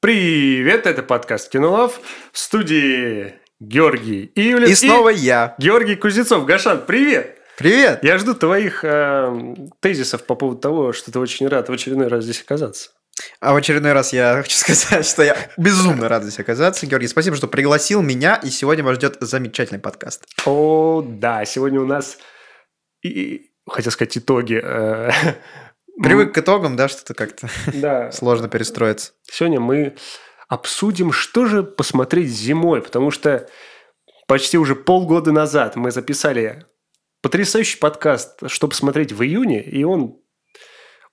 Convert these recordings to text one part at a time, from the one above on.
Привет, это подкаст «Кинолав» в студии Георгий Ивлев И снова я. Георгий Кузнецов. Гашан, привет! Привет! Я жду твоих э, тезисов по поводу того, что ты очень рад в очередной раз здесь оказаться. А в очередной раз я хочу сказать, что я безумно рад здесь оказаться. Георгий, спасибо, что пригласил меня, и сегодня вас ждет замечательный подкаст. О, да, сегодня у нас, и, и- хотел сказать, итоги. э, Привык к итогам, да, что-то как-то Да, сложно перестроиться. сегодня мы обсудим, что же посмотреть зимой, потому что почти уже полгода назад мы записали потрясающий подкаст «Что посмотреть в июне», и он,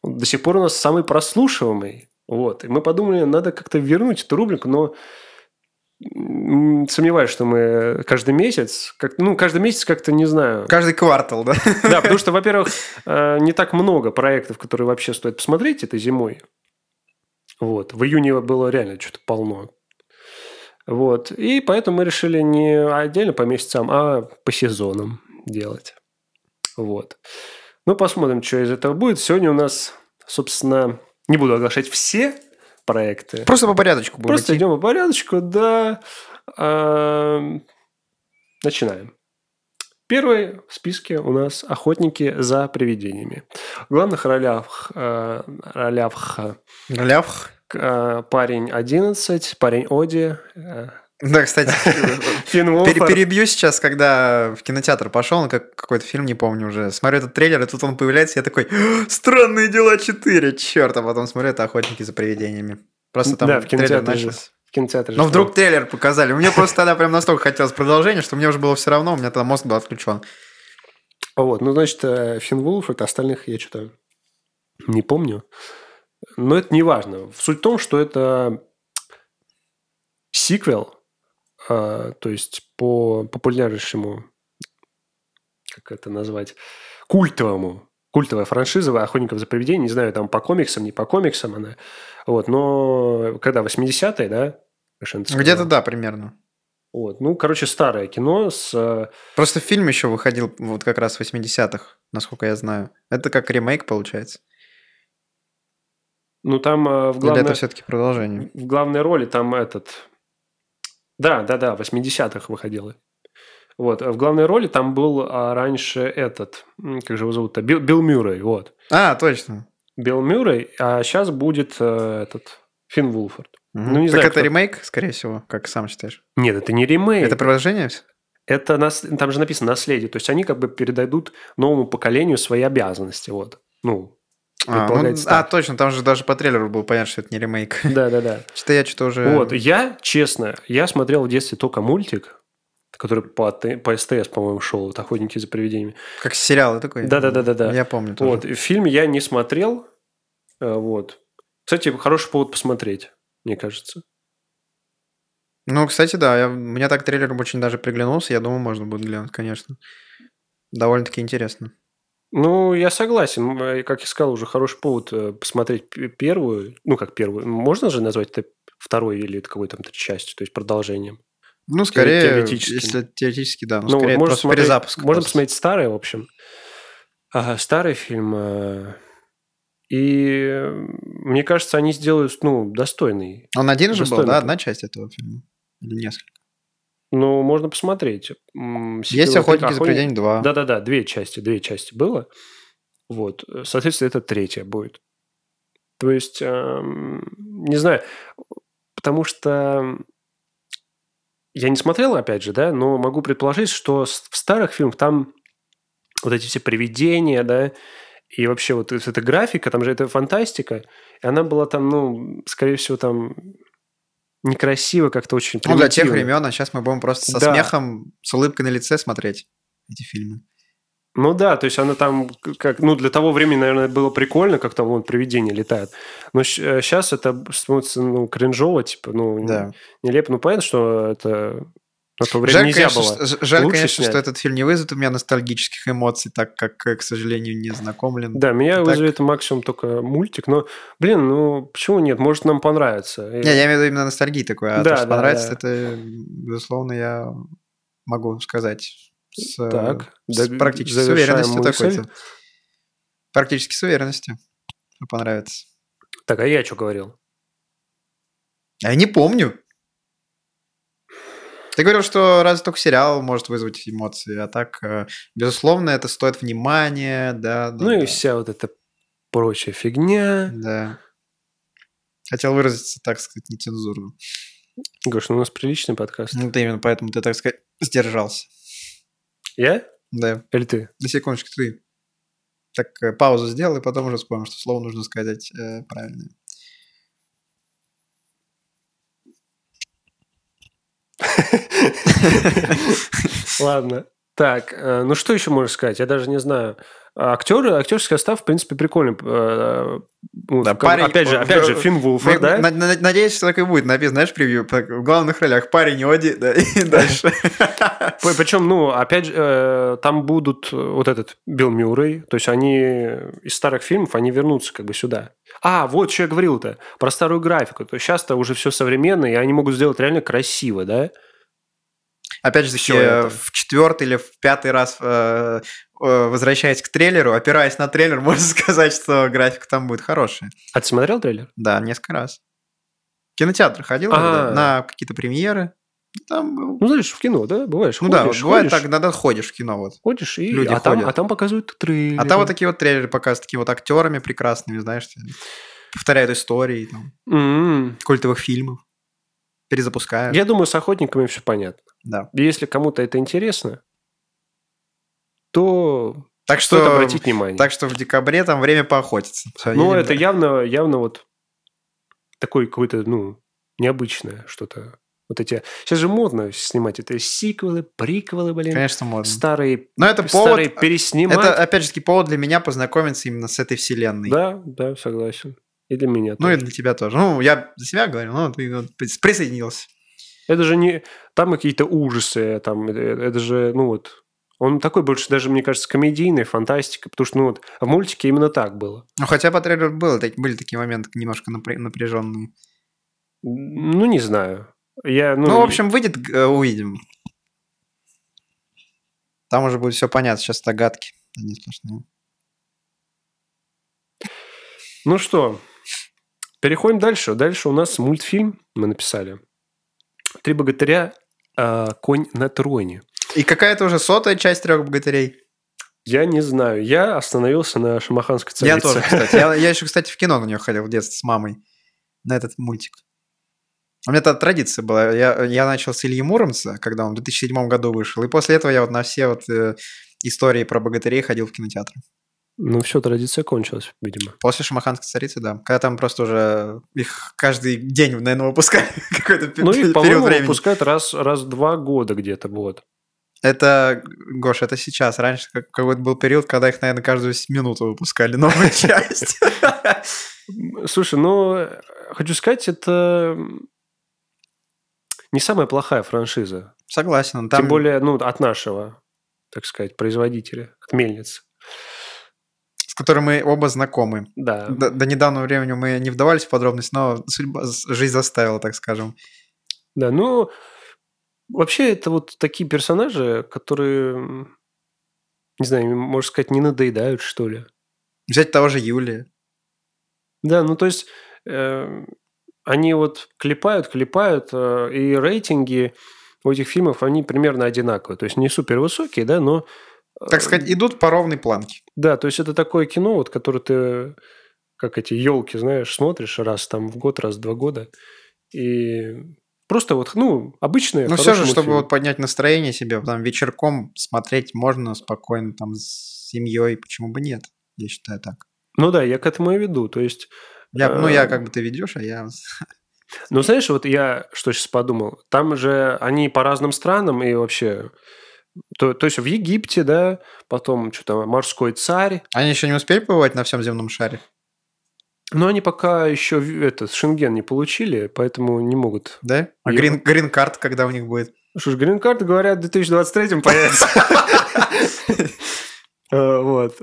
он до сих пор у нас самый прослушиваемый. Вот. И мы подумали, надо как-то вернуть эту рубрику, но м, сомневаюсь, что мы каждый месяц, как, ну, каждый месяц как-то, не знаю. Каждый квартал, да? Да, потому что, во-первых, э, не так много проектов, которые вообще стоит посмотреть этой зимой. Вот. В июне было реально что-то полно. Вот. И поэтому мы решили не отдельно по месяцам, а по сезонам делать. Вот. Ну, посмотрим, что из этого будет. Сегодня у нас, собственно, не буду оглашать все проекты. Просто по порядочку будем Просто идти. идем по порядочку, да. Эм, Начинаем. Первый в списке у нас «Охотники за привидениями». В главных ролях, э, ролях Лявх. э, парень 11, парень Оди, э, Да, кстати, Финн пере- Уолфорд. перебью сейчас, когда в кинотеатр пошел, на как- какой-то фильм, не помню уже, смотрю этот трейлер, и тут он появляется, я такой, «А, странные дела 4, черт, а потом смотрю, это «Охотники за привидениями». Просто там Да, в трейлер кинотеатре же. начался. В кинотеатре же Но Ну, вдруг трейлер показали. Мне просто тогда прям настолько хотелось продолжения, что мне уже было все равно, у меня тогда мозг был отключен. Вот, ну, значит, э, Финн Вулфорд, остальных я что-то не помню. Но это не важно. Суть в том, что это сиквел, э, то есть по популярнейшему, как это назвать, культовому, культовая франшиза «Охотников за привидениями», не знаю, там по комиксам, не по комиксам она, вот, но когда, 80-е, да? Совершенно ты Где-то сказал? да, примерно. Вот, ну, короче, старое кино с э, Просто фильм еще выходил вот как раз в 80-х, насколько я знаю. Это как ремейк получается. ну, там э, в Или это главной... все-таки продолжение? в главной роли там этот... Да, да, да, в 80-х выходила. Вот, а в главной роли там был а, раньше этот, м, как же его зовут-то, Билл, Билл Мюррей, вот. А, точно. Билл Мюррей, а сейчас будет э, этот, Финн Вулфорд. Мгм. Ну, не так знаю, это кто- ремейк, скорее всего, как сам считаешь. Нет, это не ремейк. Это Это, продолжение? всё? нас, там же написано «наследие», то есть они как бы передадут новому поколению свои обязанности, вот. Ну, А, ну, Предполагается, а, так. точно, там же даже по трейлеру было понятно, что это не ремейк. да-да-да. Что-то я что-то уже... Вот, я, честно, я смотрел в детстве только мультик, который по, Т- по СТС, по-моему, шел, вот, «Охотники за привидениями». Как сериал такой. Да-да-да-да-да. Я помню тоже. Вот, и фильм я не смотрел. э, Вот. Кстати, хороший повод посмотреть, мне кажется. Ну, кстати, да, я, мне так трейлер очень даже приглянулся, я думаю, можно будет глянуть, конечно. Довольно-таки интересно. Ну, я согласен. М, э, Как я сказал, уже хороший повод э, посмотреть п- первую. Ну, как первую. Можно же назвать это второй или это какой там частью, то есть продолжением. Ну, скорее, теоретически. если теоретически, да, ну, вот скорее это можно просто смотреть- перезапуск. Можно просто. посмотреть старый, в общем. Ага, старый фильм. э, И э, мне кажется, они сделают, ну, достойный Он один же был, Достойно да, было. одна часть этого фильма? Или несколько? Ну, можно посмотреть. М, Есть сиквел- «Охотники за «Охотник- привидениями 2». Да-да-да, две части, две части было. Вот, соответственно, это третья будет. То есть, эм, не знаю, потому что я не смотрел, опять же, да, но могу предположить, что с- в старых фильмах там вот эти все привидения, да, и вообще вот эта графика, там же это фантастика, и она была там, ну, скорее всего, там некрасиво как-то очень Ну, для тех примитивно. времен, а сейчас мы будем просто со Да. смехом, с улыбкой на лице смотреть эти фильмы. Ну да, то есть она там, к- как, ну для того времени, наверное, было прикольно, как там вон привидения летают. Но сейчас это становится, ну, кринжово, типа, ну, Да. нелепо. Ну, понятно, что это на то время Жаль, нельзя конечно, было. что, э, ж- жаль, Лучше конечно, что снять. этот фильм не вызовет у меня ностальгических эмоций, так как, э, к сожалению, не знакомлен. Да, меня так- вызовет максимум только мультик, но, блин, ну, почему нет? Может, нам понравится. И- Не, я имею в виду именно ностальгии такой, а Да, то, что да, понравится, да. это, безусловно, я могу сказать с, э, Так, с да- практически с завершаем уверенностью мысль. такой. Практически с уверенностью, что понравится. Так, а я что говорил? А я не помню. Ты говорил, что разве только сериал может вызвать эмоции, а так, э, безусловно, это стоит внимания, да. да Ну и да. вся вот эта прочая фигня. Да. Хотел выразиться, так сказать, нецензурно. Гош, ну у нас приличный подкаст. Ну, вот именно поэтому ты, так сказать, сдержался. Я Да. или ты? На секундочку, ты так э, паузу сделай, потом уже вспомним, что слово нужно сказать э, правильное. Ладно. Так, э, ну что еще можешь сказать? Я даже не знаю. А Актеры, актерский состав, в принципе, прикольный. э, ну, Да, как бы, парень- э, опять же, опять же, Финн Вулфер, Мы- да? на- на- Надеюсь, что так и будет. Написано, знаешь, превью, так, в главных ролях парень Оди, да, и дальше. Причем, ну, опять же, э, там будут э, вот этот Билл Мюррей, то есть они из старых фильмов, они вернутся как бы сюда. А, вот что я говорил-то, про старую графику. То есть сейчас-то уже все современно, и они могут сделать реально красиво, да? Опять же, Всё таки, это. э, в четвертый или в пятый раз э, э, возвращаясь к трейлеру, опираясь на трейлер, можно сказать, что графика там будет хорошая. А ты смотрел трейлер? Да, несколько раз. В кинотеатр ходил иногда, А. на какие-то премьеры. Там был. Ну, знаешь, в кино, да, бываешь? Ну да, вот ходишь, бывает ходишь, так, иногда ходишь в кино вот. Ходишь, и... люди а, там, ходят. а там показывают трейлер. А там вот такие вот трейлеры показывают, с такими вот актерами прекрасными, знаешь, ты- повторяют истории там, М. культовых фильмов, перезапускают. Я думаю, с охотниками все понятно. Да. Если кому-то это интересно, то Так что, стоит обратить внимание. так что в декабре там время поохотиться. Ну, это явно, явно вот такой какой-то, ну, необычное что-то. Вот эти... Сейчас же модно снимать это сиквелы, приквелы, блин. Конечно, можно. Старые, Но это повод, э, старые переснимать. это опять же таки повод для меня познакомиться именно с этой вселенной. Да, да, согласен. И для меня Ну и тоже. для тебя тоже. Ну, я за себя говорю, но ты вот прис- присоединился. Это же не... Там какие-то ужасы, там, э, это же, ну вот... Он такой больше даже, мне кажется, комедийный, фантастика, потому что, ну вот, в мультике именно так было. Ну, хотя по трейлеру было, так- были такие моменты немножко напряженные. Ну, не знаю. Я, ну, Ну, в общем, выйдет, г- э, увидим. Там уже будет все понятно, сейчас догадки. Они сплошные. Ну что, переходим дальше. Дальше у нас мультфильм мы написали. «Три богатыря. э, конь на троне». И какая-то уже сотая часть трех богатырей. Я не знаю. Я остановился на шамаханской царице. Я тоже, кстати. Я, еще, кстати, в кино на нее ходил в детстве с мамой. На этот мультик. У меня та традиция была. Я, я начал с Ильи Муромца, когда он в 2007 году вышел. И после этого я вот на все вот э, истории про богатырей ходил в кинотеатр. Ну все, традиция кончилась, видимо. После «Шамаханской царицы», да. Когда там просто уже их каждый день, наверное, выпускали какой-то пе- Ну и, период по-моему, времени. выпускают раз, раз в два года где-то. Вот. Это, Гош, это сейчас. Раньше как- какой-то был период, когда их, наверное, каждую с- минуту выпускали новую часть. Слушай, ну, э, хочу сказать, это м, не самая плохая франшиза. Согласен. он Там... Тем более, ну, от нашего, так сказать, производителя, от мельницы. с которым мы оба знакомы. Да. До, до недавнего времени мы не вдавались в подробности, но судьба, с- жизнь заставила, так скажем. Да, ну, вообще это вот такие персонажи, которые, м, не знаю, им, можно сказать, не надоедают, что ли. Взять того же Юлия. Да, ну то есть э, они вот клепают, клепают, э, и рейтинги у этих фильмов, они примерно одинаковые. То есть не супер высокие, да, но... э, Так сказать, идут по ровной планке. Да, то есть это такое кино, вот, которое ты, как эти елки, знаешь, смотришь раз там в год, раз в два года, и просто вот, ну, обычные, Но все хорошие же, чтобы мультфильмы. вот поднять настроение себе, там вечерком смотреть можно спокойно там с семьей, почему бы нет, я считаю так. Ну да, я к этому и веду. То есть Я, ну, Э, я как бы ты ведешь, а я... Ну, знаешь, вот я что сейчас подумал. Там же они по разным странам и вообще... То, то есть в Египте, да, потом что там, морской царь. Они еще не успели побывать на всем земном шаре? Но они пока еще в- этот шенген не получили, поэтому не могут. Да? А Я- грин, грин-карт, когда у них будет? Что ж, грин-карты, говорят, в 2023 появится. Э, Вот.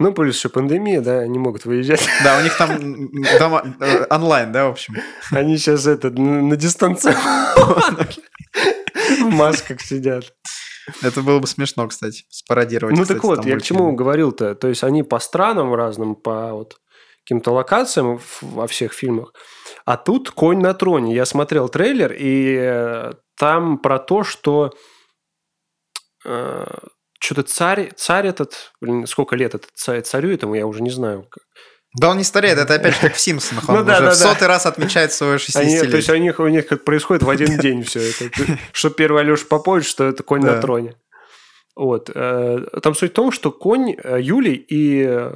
Ну, плюс еще пандемия, да, не могут выезжать. Да, у них там м, дома- э, онлайн, да, в общем. Они сейчас это, на на дистанции в масках сидят. Это было бы смешно, кстати, спародировать. Ну кстати, так вот, там я к мультфильм. чему говорил-то. То есть они по странам разным, по вот каким-то локациям в- во всех фильмах. А тут «Конь на троне». Я смотрел трейлер, и э, там про то, что что-то царь, царь этот, блин, сколько лет этот царь, царю этому, я уже не знаю. как. Да он не стареет, это опять же как в Симпсонах. Он Ну да, уже да, в да. сотый раз отмечает свое 60 Они, лет. то есть у них, у них как происходит в один день все это. Что первый Алеша Попович, что это конь на Да. троне. Вот. э, Там суть в том, что конь э, Юлий и э,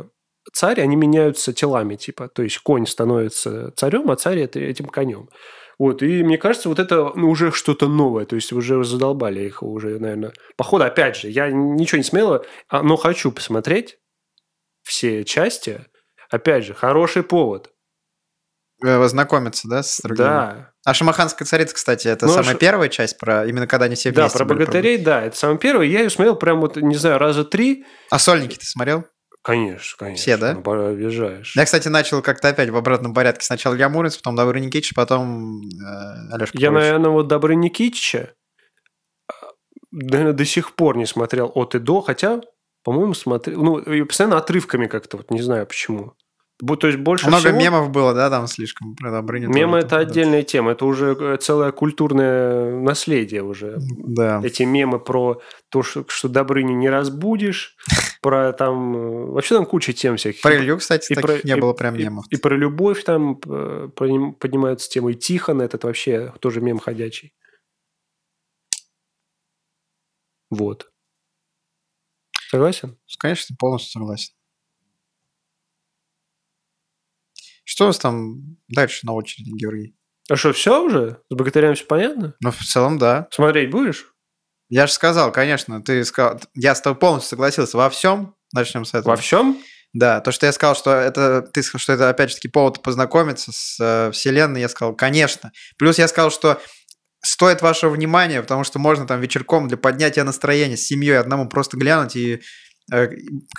царь, они меняются телами, типа. То есть конь становится царем, а царь это- этим конем. Вот, и мне кажется, вот это ну, уже что-то новое, то есть уже задолбали их уже, наверное. Походу, опять же, я ничего не смело, а, но хочу посмотреть все части. Опять же, хороший повод. Вознакомиться, Э, да, с другими? Да, А «Шамаханская царица», кстати, это Ну, самая Ш- первая часть, про именно когда они все Да, вместе про были, богатырей, да, это самое первое. Я ее смотрел прям вот, не знаю, раза три. А «Сольники» ты смотрел? Конечно, конечно. Все, да? ну, пора- Обижаешь. Я, кстати, начал как-то опять в обратном порядке. Сначала я Муромец, потом Добрый Никитич, потом э, Алёша Я, Попович. наверное, вот Добры Никитича, наверное, до сих пор не смотрел от и до, хотя, по-моему, смотрел... Ну, и постоянно отрывками как-то, вот не знаю почему. Бу- То есть больше Много всего... мемов было, да, там слишком про Добрыню. Мемы – тоже это там, да. отдельная тема, это уже э, целое культурное наследие уже. Да. эти мемы про то, что, что Добрыню не разбудишь, про там... э, Вообще там куча тем всяких. Про Илью, кстати, и таких про- не и- было прям и, мемов. и про любовь там э, поним- поднимаются темы. И Тихон этот вообще тоже мем ходячий. Вот. Согласен? Конечно, полностью согласен. Что у вас там дальше на очереди, Георгий? А что, все уже? С богатырями все понятно? Ну, в целом, да. Смотреть будешь? Я же сказал, конечно, ты сказал... Я с тобой полностью согласился во всем. Начнем с этого. Во всем? Да, то, что я сказал, что это, ты сказал, что это, опять же таки, повод познакомиться с э, Вселенной, я сказал, конечно. Плюс я сказал, что стоит вашего внимания, потому что можно там вечерком для поднятия настроения с семьей одному просто глянуть и э,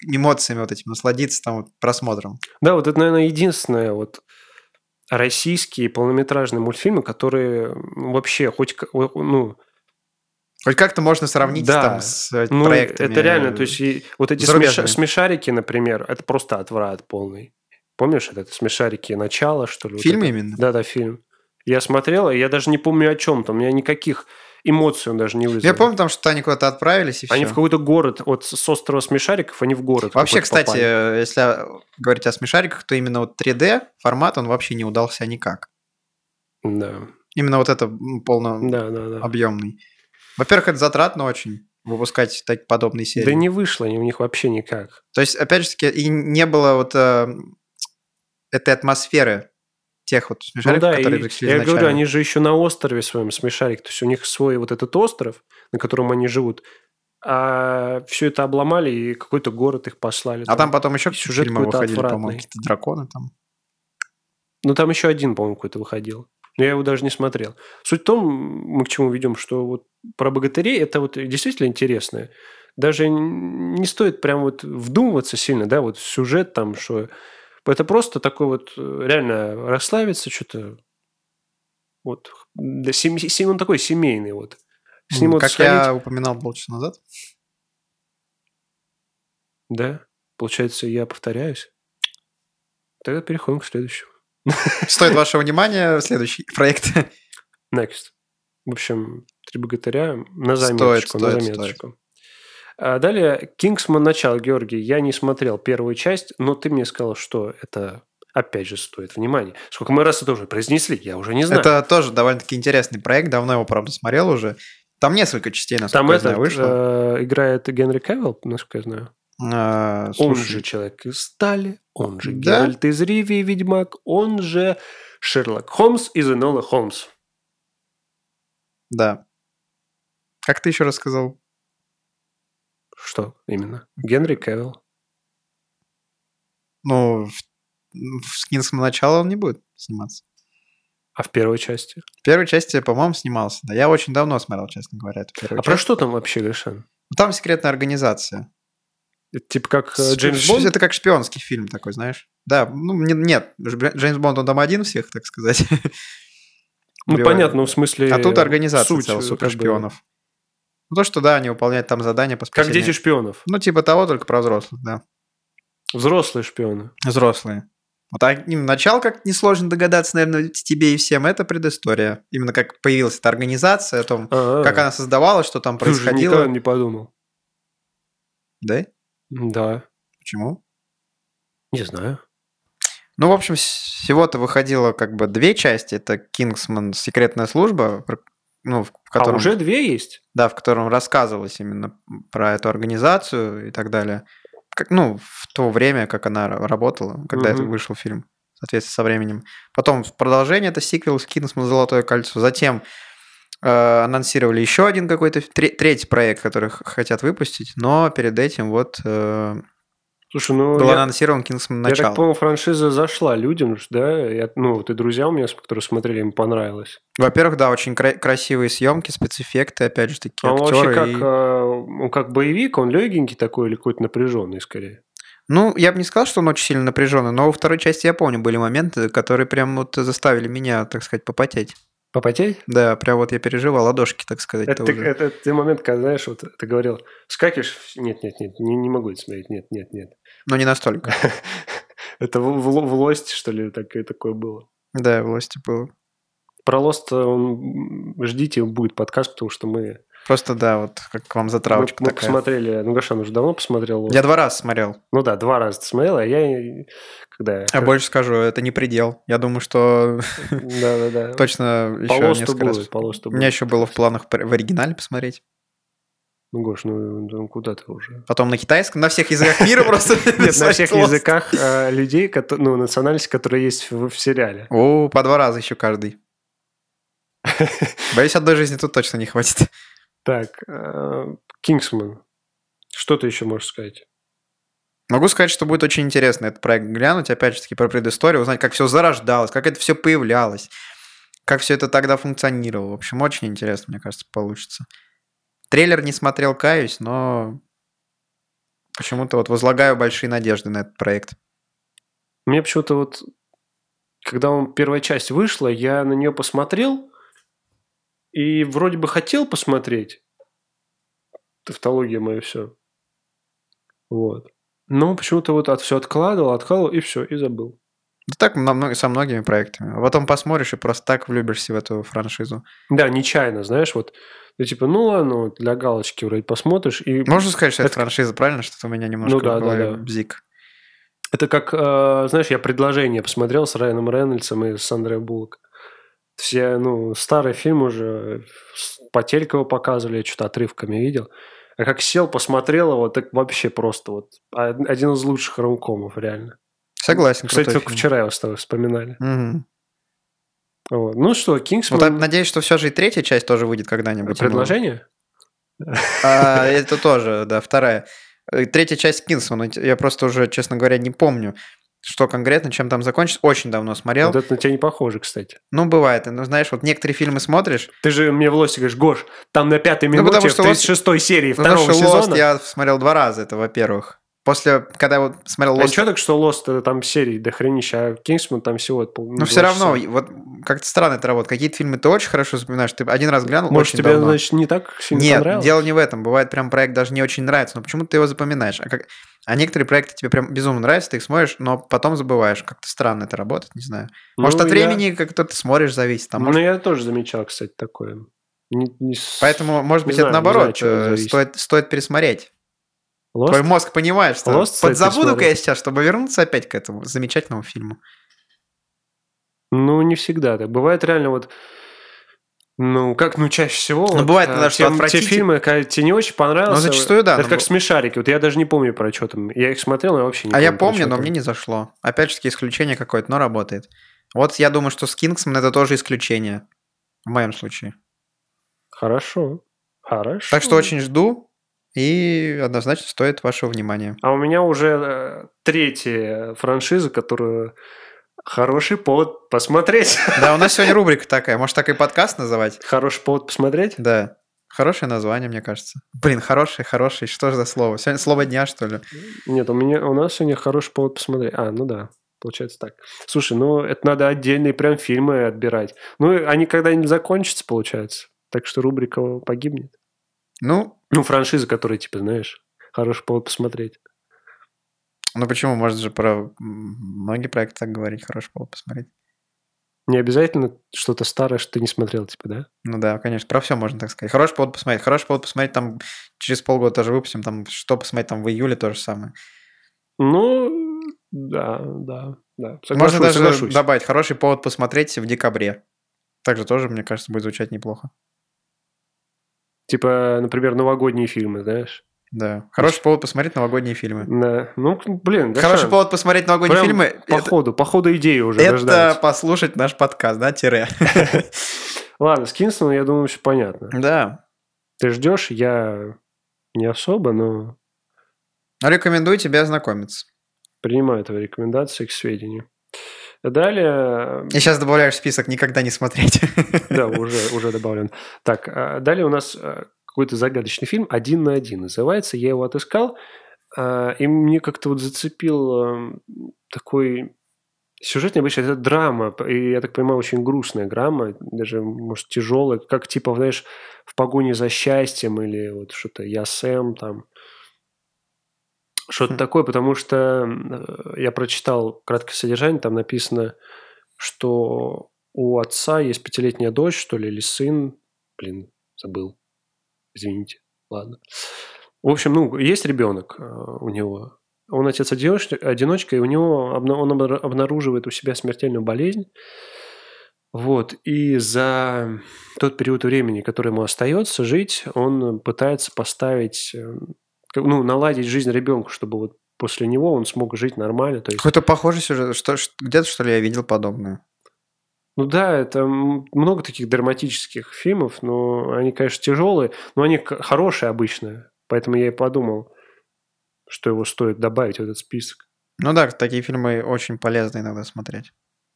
эмоциями вот этим насладиться там вот просмотром. Да, вот это, наверное, единственное вот российские полнометражные мультфильмы, которые ну, вообще хоть... к- о- ну, Хоть как-то можно сравнить Да. там с э, ну, проектами. это реально, то есть и вот эти зарубежные. смеша- смешарики, например, это просто отврат полный. Помнишь этот смешарики начало, что ли? вот Фильм это? именно. Да, да, фильм. Я смотрел, и я даже не помню о чем-то. У меня никаких эмоций он даже не вызвал. Я помню там, что они куда-то отправились и Они всё. в какой-то город, вот с с острова Смешариков, они в город. Вообще, какой-то кстати, попали. э, если э, говорить о смешариках, то именно вот 3D формат, он вообще не удался никак. Да, Именно вот это м, полно, да, да. да. объемный. Во-первых, это затратно очень выпускать так подобные серии. Да не вышло ни- у них вообще никак. То есть, опять же таки, и не было вот э, этой атмосферы тех вот Ну смешариков, да, и которые пришли я изначально. говорю, они же еще на острове своем Смешарик, то есть у них свой вот этот остров, на котором они живут, а все это обломали и какой-то город их послали. А там потом еще сюжет сюжет фильмы какой-то выходили, отвратный. по-моему, какие-то драконы там. Ну, там еще один, по-моему, какой-то выходил. Но я его даже не смотрел. Суть в том, мы к чему ведем, что вот про богатырей это вот действительно интересное. Даже н- не стоит прям вот вдумываться сильно, да, вот в сюжет там, что... Это просто такой вот э, реально расслабиться, что-то... Вот. Да, сем- сем- он такой семейный вот. С ним М, вот как сходить- я упоминал полчаса назад. Да? Получается, я повторяюсь? Тогда переходим к следующему. Стоит вашего внимания следующий проект. Next. В общем, «Три богатыря» на Стоит, заметочку. на стоит, заметочку. А далее «Кингсман. Начало», Георгий. Я не смотрел первую часть, но ты мне сказал, что это, опять же, стоит внимания. Сколько мы раз это уже произнесли, я уже не знаю. Это тоже довольно-таки интересный проект. Давно его, правда, смотрел уже. Там несколько частей, насколько Там э, я это знаю, вышло. играет Генри Кевилл, насколько я знаю. А, Он слушай, же человек из стали, он же Да? Геральт из Ривии, Ведьмак, он же Шерлок Холмс из Энола Холмс. Да. Как ты еще рассказал? Что именно? Генри Кевилл. Ну, в, в «Скинсом» начало он не будет сниматься. А в первой части? В первой части, по-моему, снимался. Да, я очень давно смотрел, честно говоря, эту первую А про часть. что там вообще, Гришан? Ну, Там секретная организация. Это типа как э, С- Джеймс ш- Бонд? Это как шпионский фильм такой, знаешь. Да, ну, не- нет, Ж- Джеймс Бонд, он там один всех, так сказать. Ну, убивает. понятно, в смысле... А тут организация суть, целых э, супершпионов. Ну, то, что, да, они выполняют там задания по Как, бы, как спасению. дети шпионов. Ну, типа того, только про взрослых, да. Взрослые шпионы. Взрослые. Вот таким начал, как несложно догадаться, наверное, тебе и всем, это предыстория. Именно как появилась эта организация, о том, А-а-а. как она создавалась, что там Э. Слушай, А, ну, никогда происходило. не подумал. Да? Да. Почему? Не знаю. Ну, в общем, с- всего-то выходило как бы две части. Это «Кингсман. Секретная служба», про- ну, в в котором... А уже две есть? да, в котором рассказывалось именно про эту организацию и так далее. Как, ну, в то время, как она ра- работала, когда это Мгм. вышел фильм, соответственно, со временем. Потом в продолжение это сиквел «Кингсман. Золотое кольцо». Затем э, анонсировали еще один какой-то, ф- тре- третий проект, который х- хотят выпустить, но перед этим вот э, Слушай, ну... был я- анонсирован «Кингсман. Я так Начало». понял, франшиза зашла людям, ж, да? Я- ну, вот и друзья у меня, которые смотрели, им понравилось. Во-первых, да, очень кра- красивые съемки, спецэффекты, опять же, такие А он вообще актеры. как, и- а, он как боевик, он легенький такой или какой-то напряженный скорее? Ну, я бы не сказал, что он очень сильно напряженный, но во второй части я помню, были моменты, которые прям вот заставили меня, так сказать, попотеть. Попотеть? Да, прям вот я переживал ладошки, так сказать. Это, Это ты, уже. это ты момент, когда, знаешь, вот ты говорил, скакиваешь, нет, нет, нет, не, не могу это смотреть, нет, нет, нет. Но не настолько. Это в, в Ло- в Лосте, что ли, так- такое было? Да, власти было. Про Лост э, он, м, ждите, будет подкаст, потому что мы, Просто, да, вот как к вам мы, затравочка мы такая. посмотрели, ну, Гошан уже давно посмотрел «Лост». Я два раза смотрел. Ну да, два раза ты смотрел, а я, э, когда... Я А больше скажу, это не предел. Я думаю, что Да-да-да. точно По еще «Лосту» несколько раз. будет, по «Лосту» У меня будет. еще было в планах пр- в оригинале посмотреть. Ну, Гош, ну, ну куда ты уже? Потом на китайском, на всех языках мира просто. Нет, на всех «Lost». языках э, людей, кото- ну, национальности, которые есть в, в сериале. О, по два раза еще каждый. Боюсь, одной жизни тут точно не хватит. Так, э, Кингсман. Что ты еще можешь сказать? Могу сказать, что будет очень интересно этот проект глянуть, опять же таки, про предысторию, узнать, как все зарождалось, как это все появлялось, как все это тогда функционировало. В общем, очень интересно, мне кажется, получится. Трейлер не смотрел, каюсь, но почему-то вот возлагаю большие надежды на этот проект. Мне почему-то вот, когда он, первая часть вышла, я на нее посмотрел и вроде бы хотел посмотреть. Тавтология моя все. Вот. Но почему-то вот от все откладывал, откладывал и все, и забыл. Да так на мно- со многими проектами. А Потом посмотришь и просто так влюбишься в эту франшизу. Да, нечаянно, знаешь, вот. Ну, типа, ну ладно, вот для галочки вроде посмотришь. И Можно сказать, что это Это- Ну франшиза, правильно? Что-то у меня немножко да, да, в голове да. бзик. это как, э, знаешь, я предложение посмотрел с Райаном Рейнольдсом и с Андре Буллок. Все, ну, старый фильм уже с- по Телькову показывали, я что-то отрывками видел. А как сел, посмотрел его, так вообще просто вот од- один из лучших ромкомов, реально. Согласен. Кстати, крутой только фильм. вчера его с тобой вспоминали. Мгм. Вот. Ну что, Вот, Кингсман... а, надеюсь, что все же и третья часть тоже выйдет когда-нибудь. Ну, предложение? А, это тоже, да, вторая. Э, Третья часть Кинсона. Я просто уже, честно говоря, не помню, что конкретно, чем там закончится. Очень давно смотрел. Вот это на тебя не похоже, кстати. Ну, бывает. Ну, знаешь, вот некоторые фильмы смотришь. Ты же мне в лости говоришь, Гош, там на пятой минуте, Ну, потому в что 36 серии ну, Потому второго что сезона. Lost я смотрел два раза, это во-первых. После, когда я вот смотрел А Lost, что так, что Lost это там серии до хренища, а Кингсман там всего пол- ну, два все равно, часа. вот как-то странно это работает. Какие-то фильмы ты очень хорошо вспоминаешь. Ты один раз глянул, Может, очень тебе, давно. значит, не так сильно Нет, понравилось? дело не в этом. Бывает, прям проект даже не очень нравится, но почему ты его запоминаешь. А, как... а некоторые проекты тебе прям безумно нравятся, ты их смотришь, но потом забываешь. Как-то странно это работает, не знаю. Может, Ну, от я- времени, как-то ты смотришь, зависит. Там, Ну, может- я тоже замечал, кстати, такое. Не- не с- Поэтому, может не быть, знаю, это не знаю, наоборот, от чего это э, зависит. стоит, стоит пересмотреть. Lost? Твой мозг понимает, что Lost стоит подзабуду-ка я пересмотреть. сейчас, чтобы вернуться опять к этому замечательному фильму. Ну, не всегда так. Бывает реально вот... Ну, как, ну, чаще всего... Ну, вот, бывает а, иногда, что те- те, отвратитель- фильмы, когда тебе не очень понравилось... Ну, зачастую, да, Это но как б- смешарики. Вот я даже не помню, про что там. Я их смотрел, но я вообще не А я про чё помню, но там. мне не зашло. Опять же таки, исключение какое-то, но работает. Вот я думаю, что с Кингсом это тоже исключение. В моем случае. Хорошо. Хорошо. Так что очень жду и однозначно стоит вашего внимания. А у меня уже э, третья франшиза, которую хороший повод посмотреть. Да, у нас сегодня рубрика такая. Может, так и подкаст называть? Хороший повод посмотреть? Да. Хорошее название, мне кажется. Блин, хорошее, хорошее. Что же за слово? Сегодня слово дня, что ли? Нет, у меня у нас сегодня хороший повод посмотреть. А, ну да, получается так. Слушай, ну это надо отдельные прям фильмы отбирать. Ну, и они когда-нибудь закончатся, получается. Так что рубрика погибнет. Ну, Ну, франшиза, которая, типа, знаешь, хороший повод посмотреть. Ну почему? Может же про м, многие проекты так говорить. Хороший повод посмотреть. Не обязательно что-то старое, что ты не смотрел, типа, да? Ну да, конечно, про все можно так сказать. Хороший повод посмотреть. Хороший повод посмотреть, там через полгода тоже выпустим, там что посмотреть там в июле то же самое. Ну, да, да, да. Можно Соглашусь, даже соглашусь. добавить хороший повод посмотреть в декабре. Также тоже, мне кажется, будет звучать неплохо. Типа, например, новогодние фильмы, знаешь? Да. Хороший повод посмотреть новогодние фильмы. На... Ну, блин, Хороший Гошан, повод посмотреть новогодние прям фильмы. По это- ходу, по ходу идеи уже Это рождаются. послушать наш подкаст, да, тире. Ладно, с Кингстоном, я думаю, все понятно. Да. Ты ждешь, я не особо, но Ну, Рекомендую тебе ознакомиться. принимаю твои рекомендации к сведению. Далее... И сейчас добавляешь в список «Никогда не смотреть». Да, уже, уже добавлен. Так, а, далее у нас а, какой-то загадочный фильм «Один на один» называется. Я его отыскал, а, и мне как-то вот зацепил эм, такой сюжет необычный. Это драма, и, я так понимаю, очень грустная драма, даже, может, тяжелая, как типа, знаешь, «В погоне за счастьем» или вот что-то «Я Сэм» там. Что-то Хм. такое, потому что э, я прочитал краткое содержание, там написано, что у отца есть пятилетняя дочь, что ли, или сын. Блин, забыл. Извините. Ладно. В общем, ну, есть ребенок э, у него. Он отец-одиночка, и у него обна- он обна- обнаруживает у себя смертельную болезнь. Вот. И за тот период времени, который ему остается жить, он пытается поставить, э, как- ну, наладить жизнь ребенку, чтобы вот после него он смог жить нормально. То есть Какой-то похожий сюжет. Что, ш- где-то, что ли, я видел подобное. Ну да, это м, много таких драматических фильмов, но они, конечно, тяжелые, но они к- хорошие обычно. Поэтому я и подумал, что его стоит добавить в этот список. Ну да, такие фильмы очень полезно иногда смотреть.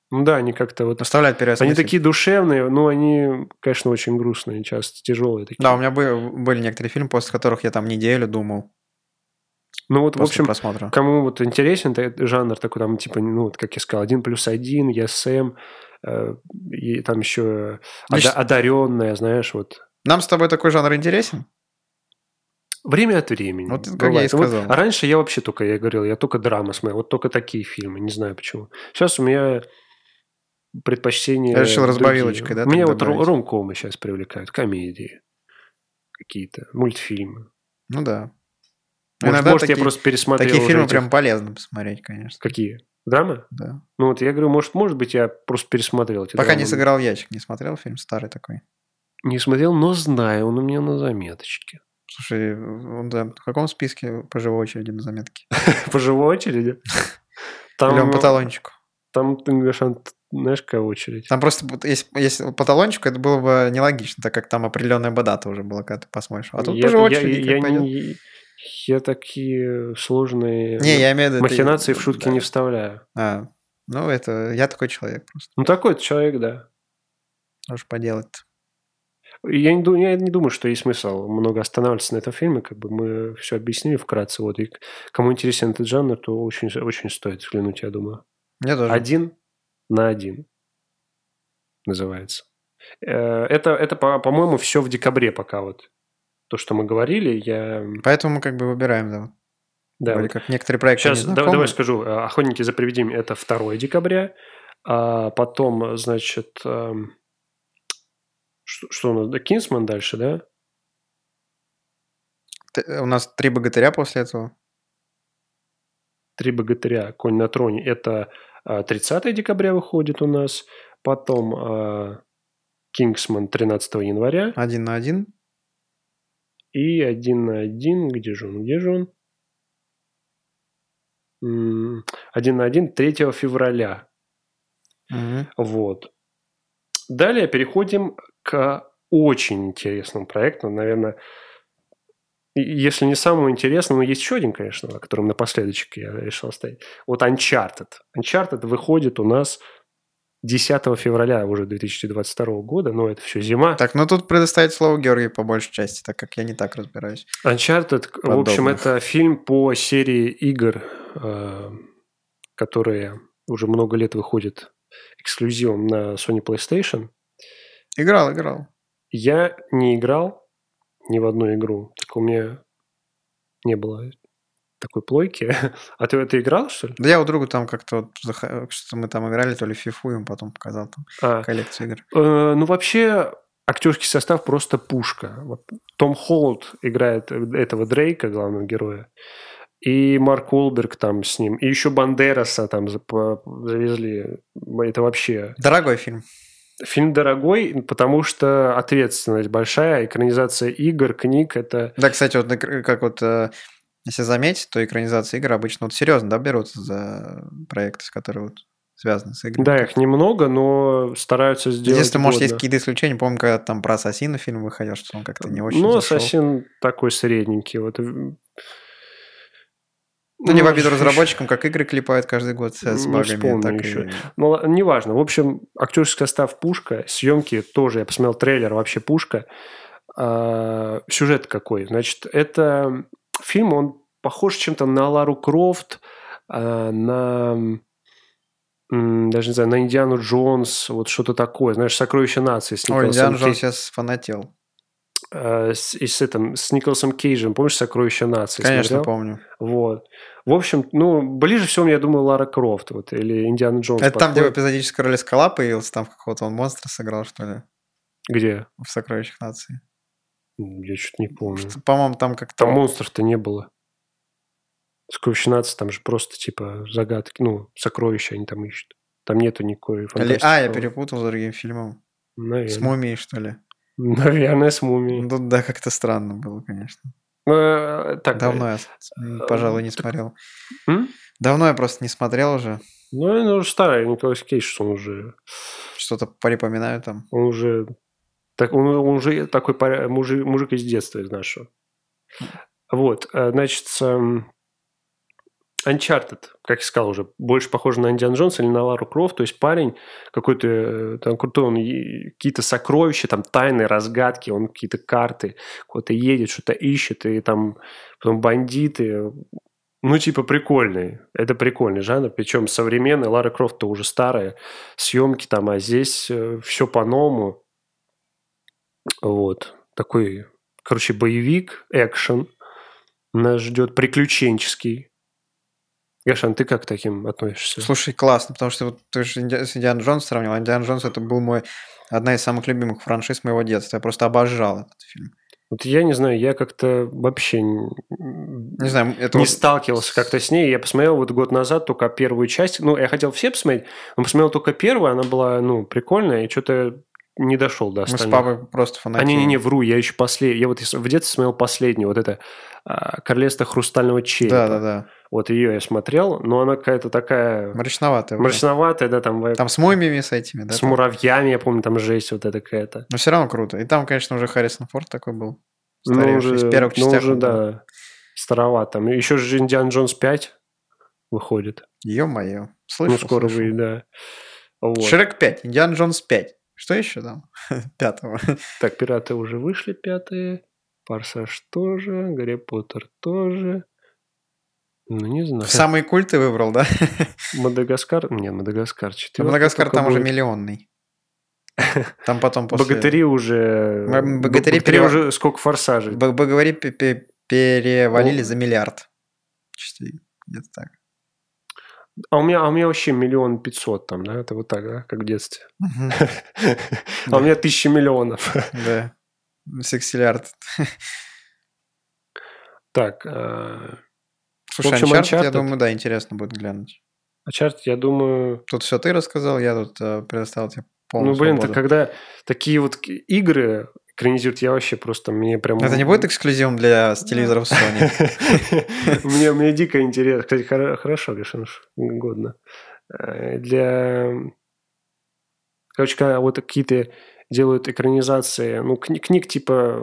Ну да, они как-то вот... Заставляют Они переосмыслить. такие душевные, но они, конечно, очень грустные часто, тяжелые такие. Да, у меня бы- были некоторые фильмы, после которых я там неделю думал ну вот, в после общем, просмотра. кому вот интересен этот жанр такой, там, типа, ну, вот, как я сказал, один плюс один, я Сэм, э, и там еще Лично- одаренная, знаешь, вот. Нам с тобой такой жанр интересен? Время от времени. Вот как я и бывает. Вот, сказал. а раньше я вообще только, я говорил, я только драмы смотрел, вот только такие фильмы, не знаю почему. Сейчас у меня предпочтение... Я решил другие. разбавилочкой, да, так Меня вот добавить? ромкомы сейчас привлекают, комедии какие-то, мультфильмы. Ну да. Может, Иногда может, я такие- просто пересмотрел Такие уже фильмы этих- прям полезно посмотреть, конечно. Какие? Драмы? Да. Ну вот я говорю, может, может быть, я просто пересмотрел эти Пока не драмы. сыграл в ящик, не смотрел фильм старый такой. Не смотрел, но знаю, он у меня на заметочке. Слушай, он да, в каком списке по живой очереди на заметке? По живой очереди. Или он Там, по талончику? там, ты, Гошан, знаешь, какая очередь? Там просто, вот если, если по талончику, это было бы нелогично, так как там определенная бы дата уже была, когда ты посмотришь. А тут по живой очереди как я, пойдет. не- я такие сложные Не, я имею в виду... это- махинации в шутки да. не вставляю. А, ну, это... Я такой человек просто. Ну, такой ты человек, да. Что ж поделать Я не, ду- я не думаю, что есть смысл много останавливаться на этом фильме. Как бы мы все объяснили вкратце. Вот, и к- кому интересен этот жанр, то очень, очень стоит взглянуть, я думаю. Мне тоже. Один на один называется. Э, Это, это по- по-моему, все в декабре пока вот. То, что мы говорили, я... Поэтому мы как бы выбираем, да. Да, Вроде вот как некоторые проекты Сейчас не да- знакомы. давай скажу. Э, Охотники за привидениями это 2 декабря. А потом, э, значит, эм, что, что у нас? Да, Кинсман дальше, да? Т- У нас три богатыря после этого. Три богатыря, конь на троне. Это э, 30 декабря выходит у нас. Потом э, Кингсман 13 января. Один на один. И один на один. Где же он? Где же он? М, Один на один 3 февраля. Мгм. Вот. Далее переходим к очень интересному проекту, наверное, и- если не самому интересному, есть еще один, конечно, о котором напоследочек я решил оставить. Вот Uncharted. Uncharted выходит у нас 10 февраля уже 2022 года, но это все зима. Так, ну тут предоставить слово Георгию по большей части, так как я не так разбираюсь. Uncharted, к- в общем, Подобно. это фильм по серии игр, э, которые уже много лет выходят эксклюзивом на Sony PlayStation. Играл, играл. Я не играл ни в одну игру. Так у меня не было такой плойки. А ты в это играл, что ли? Да я у друга там как-то вот зах- что мы там играли, то ли в фифу, ему потом показал там А, коллекцию игр. э, ну, вообще, актерский состав просто пушка. Вот Том Холланд играет э, этого Дрейка, главного героя. И Марк Уолберг там с ним. И еще Бандераса там за- по- завезли. Это вообще Дорогой фильм. Фильм дорогой, потому что ответственность большая, экранизация игр, книг, это... Да, кстати, вот экр- как вот э, если заметить, то экранизации игр обычно вот серьезно, да, берутся за проекты, с которые вот связаны с играми. Да, их немного, но стараются сделать... Единственное, может, есть годно. какие-то исключения. Помню, когда там про Ассасина фильм выходил, что он как-то не очень Ну, зашел. ассасин такой средненький. Вот. Ну, Ну, не в обиду ещё- разработчикам, как игры клепают каждый год с, с Не багами. Ну, вспомню Так и- ещё. Ну, ла- неважно. В общем, актерский состав пушка, съемки тоже. Я посмотрел трейлер, вообще пушка. А, сюжет какой? Значит, это фильм, он похож чем-то на Лару Крофт, а, на м, даже не знаю, на Индиану Джонс, вот что-то такое, знаешь, «Сокровище нации» с Ой, Николасом, Индиан Кей- Джонс сейчас фанател. а, с, и с этим, с Николасом Кейджем. Помнишь «Сокровище нации»? Конечно, смотрел? помню. Вот. В общем, ну, ближе всего, я думаю, Лара Крофт вот, или Индиана Джонс. Это там, где в подходит. эпизодической роли скала появился, там какого-то он монстра сыграл, что ли, Где? в «Сокровищах нации». М, Я что-то не помню. Что, По-моему, там как-то... Там монстров-то не было. Скручи там же просто, типа, загадки, ну, сокровища они там ищут. Там нету никакой Или- фантастики. А, я перепутал с другим фильмом. С Наверное, «Мумией», что ли? Наверное, с мумией. Ну, Тут, да, как-то странно было, конечно. Э, Так, Давно я, с- м, пожалуй, не смотрел. М? Давно я просто не смотрел уже. Ну, ну, старый Николай Кейдж, он уже... Что-то припоминаю там. Он уже... Так, он, он уже такой поря- мужик, мужик из детства из нашего. Вот, э, значит, с, эм, Uncharted, как я сказал уже, больше похоже на Индиан Джонс или на Лару Крофт, то есть парень какой-то э, там крутой, он е- какие-то сокровища, там тайны, разгадки, он какие-то карты, куда-то едет, что-то ищет, и там потом бандиты, ну, типа, прикольный. Это прикольный жанр. Причем современный. Лара Крофт-то уже старая. Съемки там, а здесь все по-новому. Вот. Такой, короче, боевик, экшен. Нас ждет приключенческий. Яшан, ты как к таким относишься? Слушай, классно, потому что вот ты же Инди- с Индиан Джонс сравнил. Индиан Джонс это был мой одна из самых любимых франшиз моего детства. Я просто обожал этот фильм. Вот я не знаю, я как-то вообще н- Не знаю, это не вот- сталкивался как-то с ней. Я посмотрел вот год назад только первую часть. Ну, я хотел все посмотреть, но посмотрел только первую. Она была, ну, прикольная, и что-то не дошел до мы с остальных. папой просто А фанатели. не-не-не, вру, я еще последний. Я вот ес- в детстве смотрел последнюю, вот это а, «Королевство хрустального черепа». Да, да, да. Вот ее я смотрел, но она какая-то такая Мрачноватая. уже. мрачноватая, да, там, Там с мумиями, с этими, да? с там? муравьями, я помню, там жесть вот эта какая-то. Но все равно круто. И там, конечно, уже Харрисон Форд такой был. Старевший. из первых ну, частях. уже, да, староват там. Еще же «Индиан Джонс 5» выходит. Ё-моё. Ну, Слышал, скоро слышал. выйдет, да. Вот. Шрек 5, Индиан Джонс 5. Что еще там? Пятого. Так, «Пираты» уже вышли, пятые. «Форсаж» тоже, «Гарри Поттер» тоже. Ну, не знаю. Самые культы выбрал, да? Мадагаскар? Нет, Мадагаскар 4. Мадагаскар там уже миллионный. Там потом после... Богатыри уже... М, Б- «Богатыри» перева- уже сколько форсажей? Б- Богатыри пе- пе- перевалили О. за миллиард. Частей. Где-то так. А у меня, а у меня вообще миллион пятьсот там, да? Это вот так, да? Как в детстве. Мгм. А у меня тысяча миллионов. Да. Сексиллиард. Так, а, Слушай, общем, Uncharted, я Uncharted. думаю, да, интересно будет глянуть. Uncharted, А я думаю... Тут все ты рассказал, я тут э, предоставил тебе полную Ну, блин, так свободу. когда такие вот к- игры экранизируют, я вообще просто... Мне прям... Это не будет эксклюзивом для с телевизоров Sony? Мне, мне дико интересно. Кстати, хоро- хорошо, Гришинш, годно. Э, Для... Короче, когда вот какие-то делают экранизации, ну, кни- книг типа...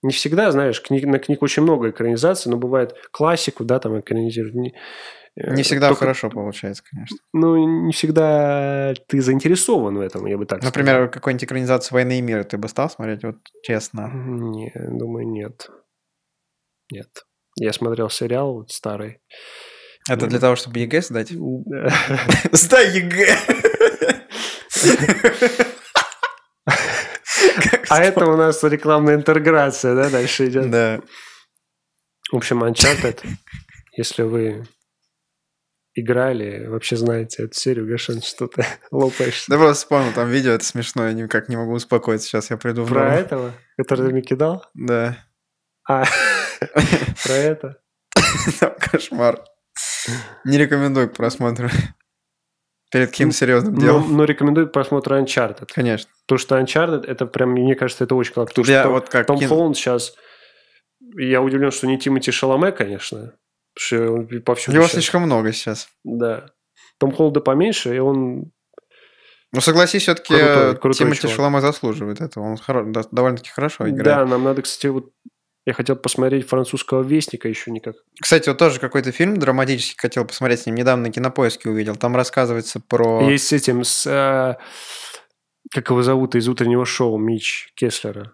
Не всегда, знаешь, книг, на книг очень много экранизаций, но бывает классику, да, там экранизируют. Не, э, Не всегда только- хорошо получается, конечно. Ну, не всегда ты заинтересован в этом, я бы так сказал. Например, какую-нибудь экранизацию «Войны и мира» ты бы стал смотреть, вот честно. Не, думаю, нет. Нет. Я смотрел сериал вот старый. Это для того, чтобы ЕГЭ сдать? Да. Сдай ЕГЭ! А это у нас рекламная интеграция, да, дальше идет. Да. В общем, Uncharted Если вы играли, вообще знаете эту серию, Гашен, что ты лопаешься. Да просто вспомнил, там видео это смешное, никак не могу успокоиться. Сейчас я приду в Про норму. этого, который ты мне кидал? Да. А, про это? Там кошмар. Не рекомендую к просмотру. Перед каким Ну, серьезным Ну, делом. ну, рекомендую к просмотру Uncharted. Конечно. Потому что Uncharted, это прям, мне кажется, это очень классно. Потому Я что вот как Том кин- Холланд сейчас... Я удивлен, что не Тимати Шаломе, конечно. Потому что он повсюду Его щас. слишком много сейчас. Да. Том Холланда поменьше, и он... Ну, согласись, все-таки Крутой- крутой Тимати чувак. Шаломе заслуживает этого. Он хоро- да- довольно-таки хорошо играет. Да, нам надо, кстати, вот... Я хотел посмотреть «Французского вестника» еще никак. Кстати, вот тоже какой-то фильм драматический хотел посмотреть с ним. Недавно на кинопоиске увидел. Там рассказывается про... Есть с этим, с... э, как его зовут из утреннего шоу, Мич Кеслера.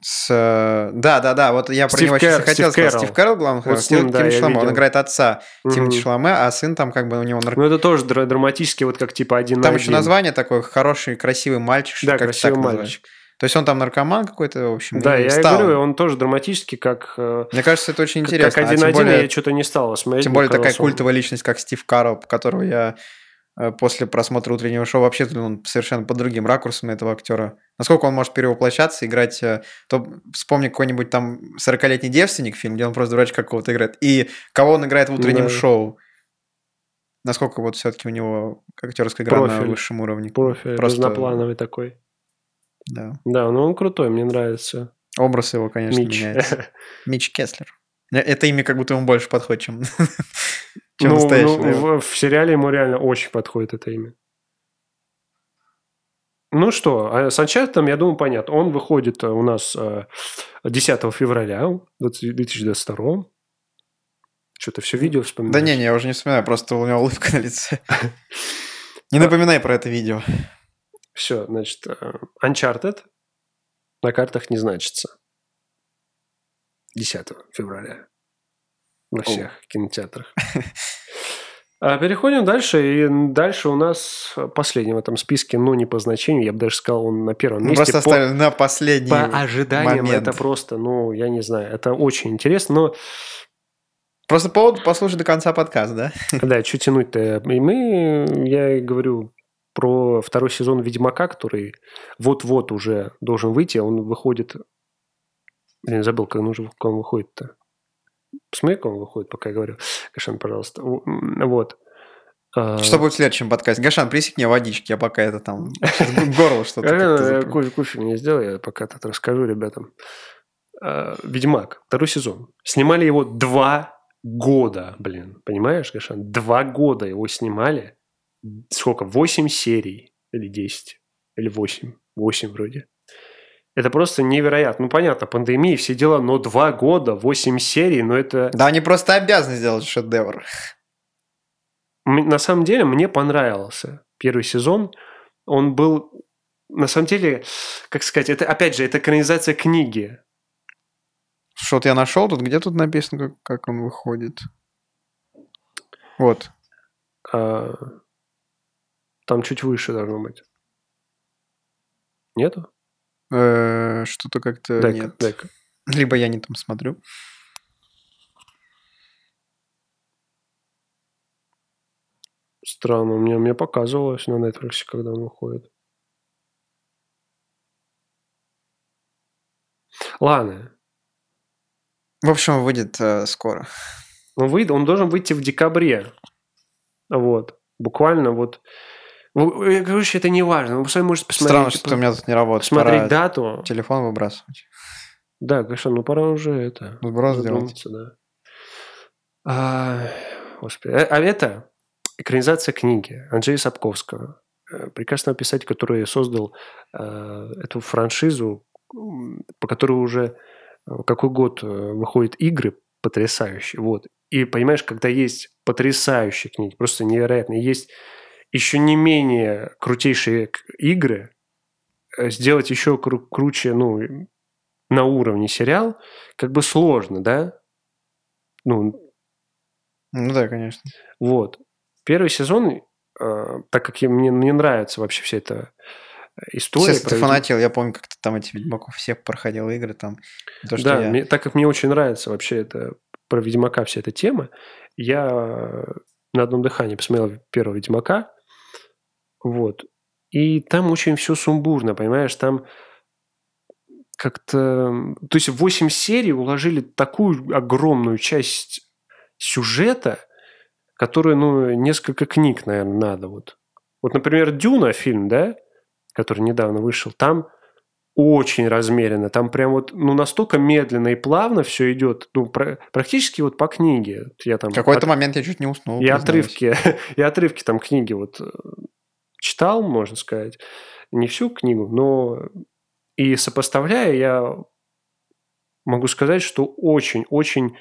с, э, Да, да, да. Вот я про Стив него сейчас и Кэр- хотел Стив сказать. Кэрролл. Стив Кэрролл, главный Вот вот с ним, да, я Он видел. играет отца Тимати Мгм. Шаломе, а сын там как бы у него... нарк- Ну, это тоже дра- драматически, вот как типа один Там на еще один. название такое «Хороший, красивый мальчик». что Да, ли, как-то красивый так называется. мальчик. То есть он там наркоман какой-то, в общем, Да, и я и стал. говорю, он тоже драматически, как, э, Мне кажется, это очень как- интересно. как А тем один-один, более- я что-то не стал его смотреть. Тем мне более такая казалось, он- культовая личность, как Стив Карл, которого я э, после просмотра утреннего шоу вообще взглянул совершенно под другим ракурсом на этого актера. Насколько он может перевоплощаться, играть... э, То вспомни какой-нибудь там 40-летний девственник фильм, где он просто дурачка какого-то играет. И кого он играет в утреннем Да. шоу. Насколько вот все-таки у него актерская игра на Профиль. высшем уровне. Профиль, Просто- разноплановый такой. Да. Да, ну он крутой, мне нравится. Образ его, конечно, Мич. меняется. Мич Кеслер. Э, Это имя как будто ему больше подходит, чем, чем Ну, настоящее. ну, наверное. в, в сериале ему реально очень подходит это имя. Ну что, а с Uncharted, я думаю, понятно. Он выходит э, у нас э, 10 февраля 2022. Что-то все видео вспоминаешь? Да не, не, я уже не вспоминаю, просто у меня улыбка на лице. Не напоминай про это видео. Все, значит, э, Uncharted на картах не значится. 10 февраля. Во всех кинотеатрах. А, Переходим дальше. И дальше у нас последний в этом списке, но не по значению. Я бы даже сказал, он на первом Мы месте. Ну, Ну, просто по- оставили на последний. по ожиданиям момент. это просто, ну, я не знаю, это очень интересно, но Просто повод послушать до конца подкаст, да? Да, что тянуть-то? И мы, я и говорю про второй сезон «Ведьмака», который вот-вот уже должен выйти. а Он выходит... Блин, забыл, как, нужно, как он выходит-то. Посмотри, как он выходит, пока я говорю. Кашан, пожалуйста. У- м, Вот. А, Что будет в следующем подкасте? Гашан, присек мне водички, я пока это там... щас в Горло что-то Реально, как-то э, запр- кофе, кофе мне сделай, я пока тут расскажу ребятам. А, Ведьмак, второй сезон. Снимали его два года, блин. Понимаешь, Гошан? Два года его снимали. Сколько? Восемь серий или десять? Или восемь? Восемь вроде. Это просто невероятно. Ну, понятно, пандемия, все дела, но два года, восемь серий, но это... Да они просто обязаны сделать шедевр. М- На самом деле, мне понравился первый сезон. Он был, на самом деле, как сказать, это, опять же, это экранизация книги. Что вот я нашел тут, где тут написано, как- как он выходит? Вот. А, Там чуть выше должно быть. Нету? Э, Что-то как-то Дай-ка, нет. дай-ка. Либо я не там смотрю. Странно, мне, мне показывалось на Netflix, когда он выходит. Ладно. В общем, выйдет э, скоро. Он, выйд- он должен выйти в декабре. Вот. Буквально вот. Ну, э, Короче, это не важно. Вы сами можете посмотреть. Странно, что у меня тут не работает. посмотреть Пора дату. Телефон выбрасывать. Да, конечно, ну пора уже это. Сброс делать. задуматься, да. А, господи. А, а это экранизация книги Анджея Сапковского, э, прекрасного писателя, который создал э, эту франшизу, м, по которой уже э, какой год э, выходят игры потрясающие. Вот. И понимаешь, когда есть потрясающие книги, просто невероятные, есть еще не менее крутейшие к- игры, э, сделать еще кру- круче, ну, на уровне сериал, как бы сложно, да? Ну, Ну да, конечно. вот. Первый сезон, э, так как я- мне, мне нравится вообще вся эта э, история. Сейчас про ты ведьм- фанатил, я помню, как ты там эти Ведьмаков всех проходил игры там. То, что Да, я- мне- так как мне очень нравится вообще эта про Ведьмака вся эта тема, я э, на одном дыхании посмотрел первого Ведьмака, вот, и там очень все сумбурно, понимаешь, там как-то... То есть 8 серий уложили такую огромную часть сюжета, которую, ну, несколько книг, наверное, надо вот. Вот, например, «Дюна» фильм, да, который недавно вышел, там очень размеренно, там прям вот, ну, настолько медленно и плавно все идет, ну, про, практически вот по книге. Я там В какой-то момент я чуть не уснул. и признаюсь. отрывки, и отрывки там книги вот э, читал, можно сказать, не всю книгу, но и сопоставляя, я могу сказать, что очень-очень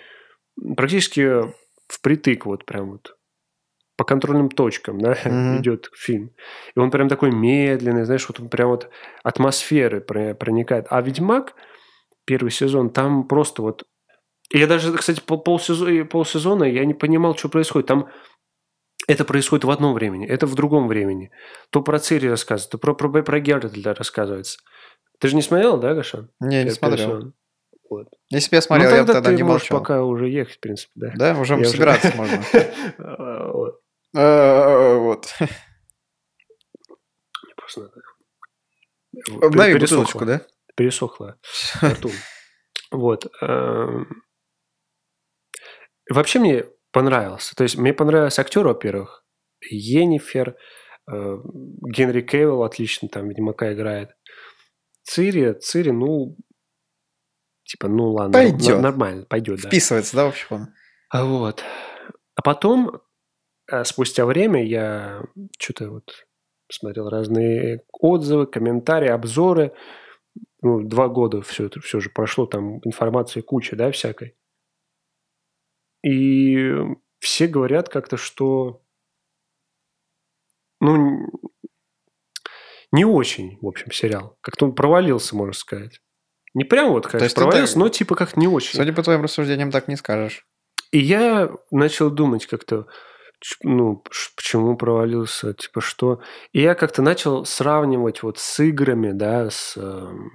практически впритык вот прям вот по контрольным точкам, да, Мгм. идет фильм. И он прям такой медленный, знаешь, вот он прям вот атмосферы про- проникает. А «Ведьмак» первый сезон, там просто вот... Я даже, кстати, пол- полсезо- полсезона я не понимал, что происходит. Там это происходит в одном времени, это в другом времени. То про Цири рассказывают, то про, про, про Геральда рассказывается. Ты же не смотрел, да, Гаша? Не, не Первый смотрел. сезон? Если бы я Ну, смотрел, я бы тогда ты не можешь молчал. пока уже ехать, в принципе, да. Да, уже Я уже- собираться можно. А, вот. Э, Вот. Мне просто надо. Обнови Пере- бутылочку, пересохло. да? Пересохло во рту. Вот. эм. Вообще мне понравился. То есть мне понравился актер, во-первых. Енифер, Генри Кевилл отлично там Ведьмака играет. Цири, Цири, ну, типа, ну ладно, Пойдёт. н- нормально, пойдет, да. Вписывается, да, вообще он? А Вот. А потом, э, спустя время, я что-то вот смотрел разные отзывы, комментарии, обзоры. Ну, два года все это все же прошло, там информации куча, да, всякой. И все говорят как-то, что ну, н- не очень, в общем, сериал. Как-то он провалился, можно сказать. Не прям вот, То конечно, есть ты так- провалился, но типа как не очень. Судя по твоим рассуждениям, так не скажешь. И я начал думать как-то, ч- ну, ш- почему провалился, типа что. И я как-то начал сравнивать вот с играми, да, с эм,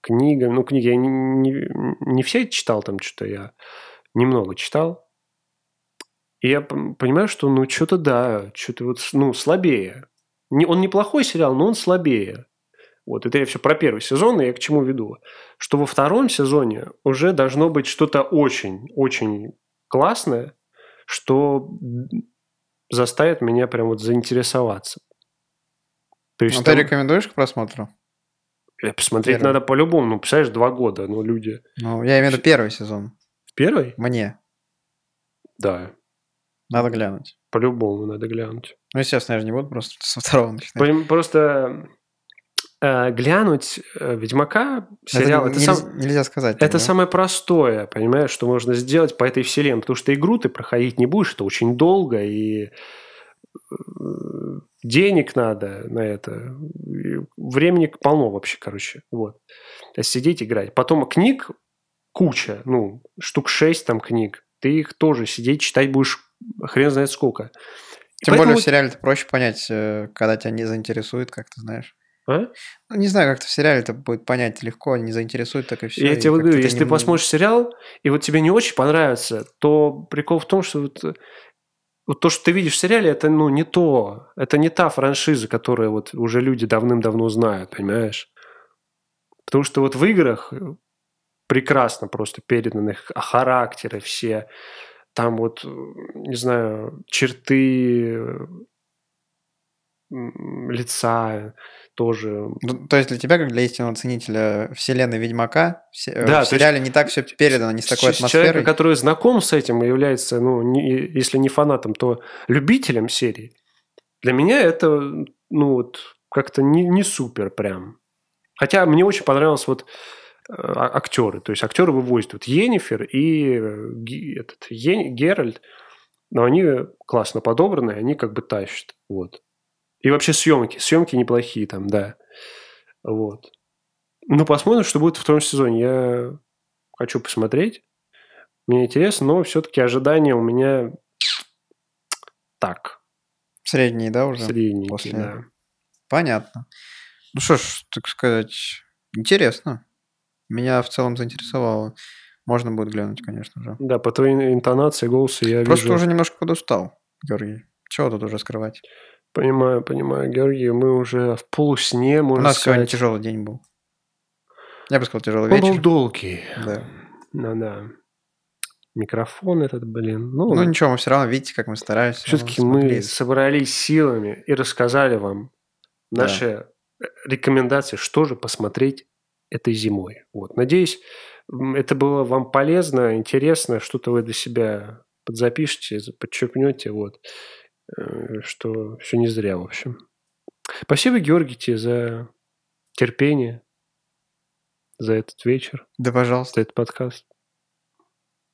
книгами. Ну, книги я не, не- не все читал там что-то, я немного читал. И я пом- понимаю, что ну что-то да, что-то вот с- ну слабее. Не, он неплохой сериал, но он слабее. Вот, это я все про первый сезон, и я к чему веду. Что во втором сезоне уже должно быть что-то очень-очень классное, что м, заставит меня прям вот заинтересоваться. То А ты там- рекомендуешь к просмотру? Э, Посмотреть Первый. надо по-любому. Ну, представляешь, два года, ну, люди... Ну, я имею в виду первый сезон. В первый? Мне. Да. Надо глянуть. По-любому надо глянуть. Ну, естественно, я же не буду просто со второго начинать. Поним- Просто э, глянуть э, «Ведьмака» сериал... Это Это, не- сам- нельзя- Нельзя сказать. это да? самое простое, понимаешь, что можно сделать по этой вселенной. Потому что игру ты проходить не будешь, это очень долго, и э, денег надо на это. И Времени полно вообще, короче. Вот. То есть сидеть играть. Потом книг куча, ну, штук шесть там книг. Ты их тоже сидеть читать будешь хрен знает сколько. И Тем более поэтому- в сериале-то проще понять, э, когда тебя не заинтересует, как ты знаешь. А? Ну, не знаю, как-то в сериале это будет понять легко, а не заинтересует, так и все. я тебе вот говорю, если ты посмотришь сериал, и вот тебе не очень понравится, то прикол в том, что вот, э, вот то, что ты видишь в сериале, это ну не то. Это не та франшиза, которую вот уже люди давным-давно знают, понимаешь? Потому что вот в играх э, прекрасно просто переданы их характеры все. Там вот, э, не знаю, черты э, м, лица тоже Ну, То есть для тебя, как для истинного ценителя вселенной Ведьмака, в се- э, Да, в то есть- сериале не так все передано, не с такой Ч- Человека, атмосферой. который знаком с этим и является, ну, не- если не фанатом, то любителем серии, для меня это, ну, вот, как-то не, не супер прям. Хотя мне очень понравилось вот э, а- актеры. То есть актеры вывозят вот Енифер и э, Ги- этот, Е- Геральт. Но они классно подобраны, они как бы тащат. Вот. И вообще съемки. Съемки неплохие там, да. Вот. Ну, посмотрим, что будет во втором сезоне. Я хочу посмотреть. Мне интересно, но все-таки ожидания у меня так, Средний, да, уже? средненькие. после. да. Понятно. Ну что ж, так сказать, интересно. Меня в целом заинтересовало. Можно будет глянуть, конечно же. Да, по твоей интонации, голосу я Просто вижу. уже немножко подустал, Георгий. Чего тут уже скрывать? Понимаю, понимаю, Георгий, мы уже в полусне, У можно нас сегодня сказать. тяжелый день был. Я бы сказал, тяжелый Он был вечер. долгий. Да. Ну да. Микрофон этот, блин. Ну, Ну ничего, мы все равно, видите, как мы стараемся. все-таки Ну, мы смотрите. собрались силами и рассказали вам Да. наши э, рекомендации, что же посмотреть этой зимой. Вот. Надеюсь, м, это было вам полезно, интересно, что-то вы для себя подзапишите, за- подчеркнете, вот, Э, что все не зря, в общем. Спасибо, Георгий, тебе за терпение, за этот вечер, Да, пожалуйста. за этот подкаст.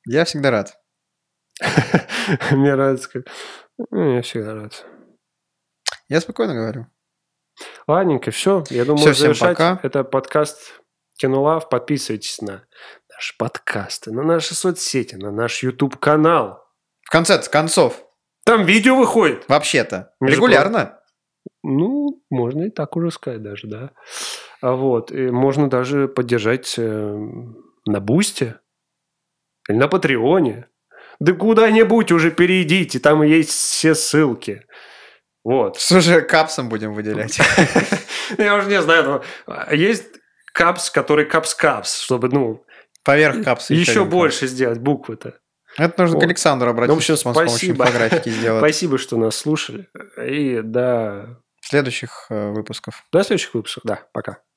Я всегда рад. Мне нравится, как... Ну, я всегда рад. Я спокойно говорю. Ладненько, все. Я думаю, Всё, всем завершать. пока. Это подкаст Кинулав. Подписывайтесь на наши подкасты, на наши соцсети, на наш YouTube-канал. В конце концов, Там видео выходит. вообще-то, Между регулярно. Ну, можно и так уже сказать даже, да. А вот, и можно даже поддержать э, на Бусте или на Патреоне. Да куда-нибудь уже перейдите, там есть все ссылки. Вот. Слушай, капсом будем выделять. Я уже не знаю, но есть капс, который капс-капс, чтобы, ну, Поверх капса еще один больше сделать буквы-то. капс. Это нужно к Вот. Александру Ну, в обратиться, общем, он с помощью спасибо. инфографики сделает. Спасибо, что нас слушали. И до, Следующих э, выпусков. до следующих выпусков. Да, пока.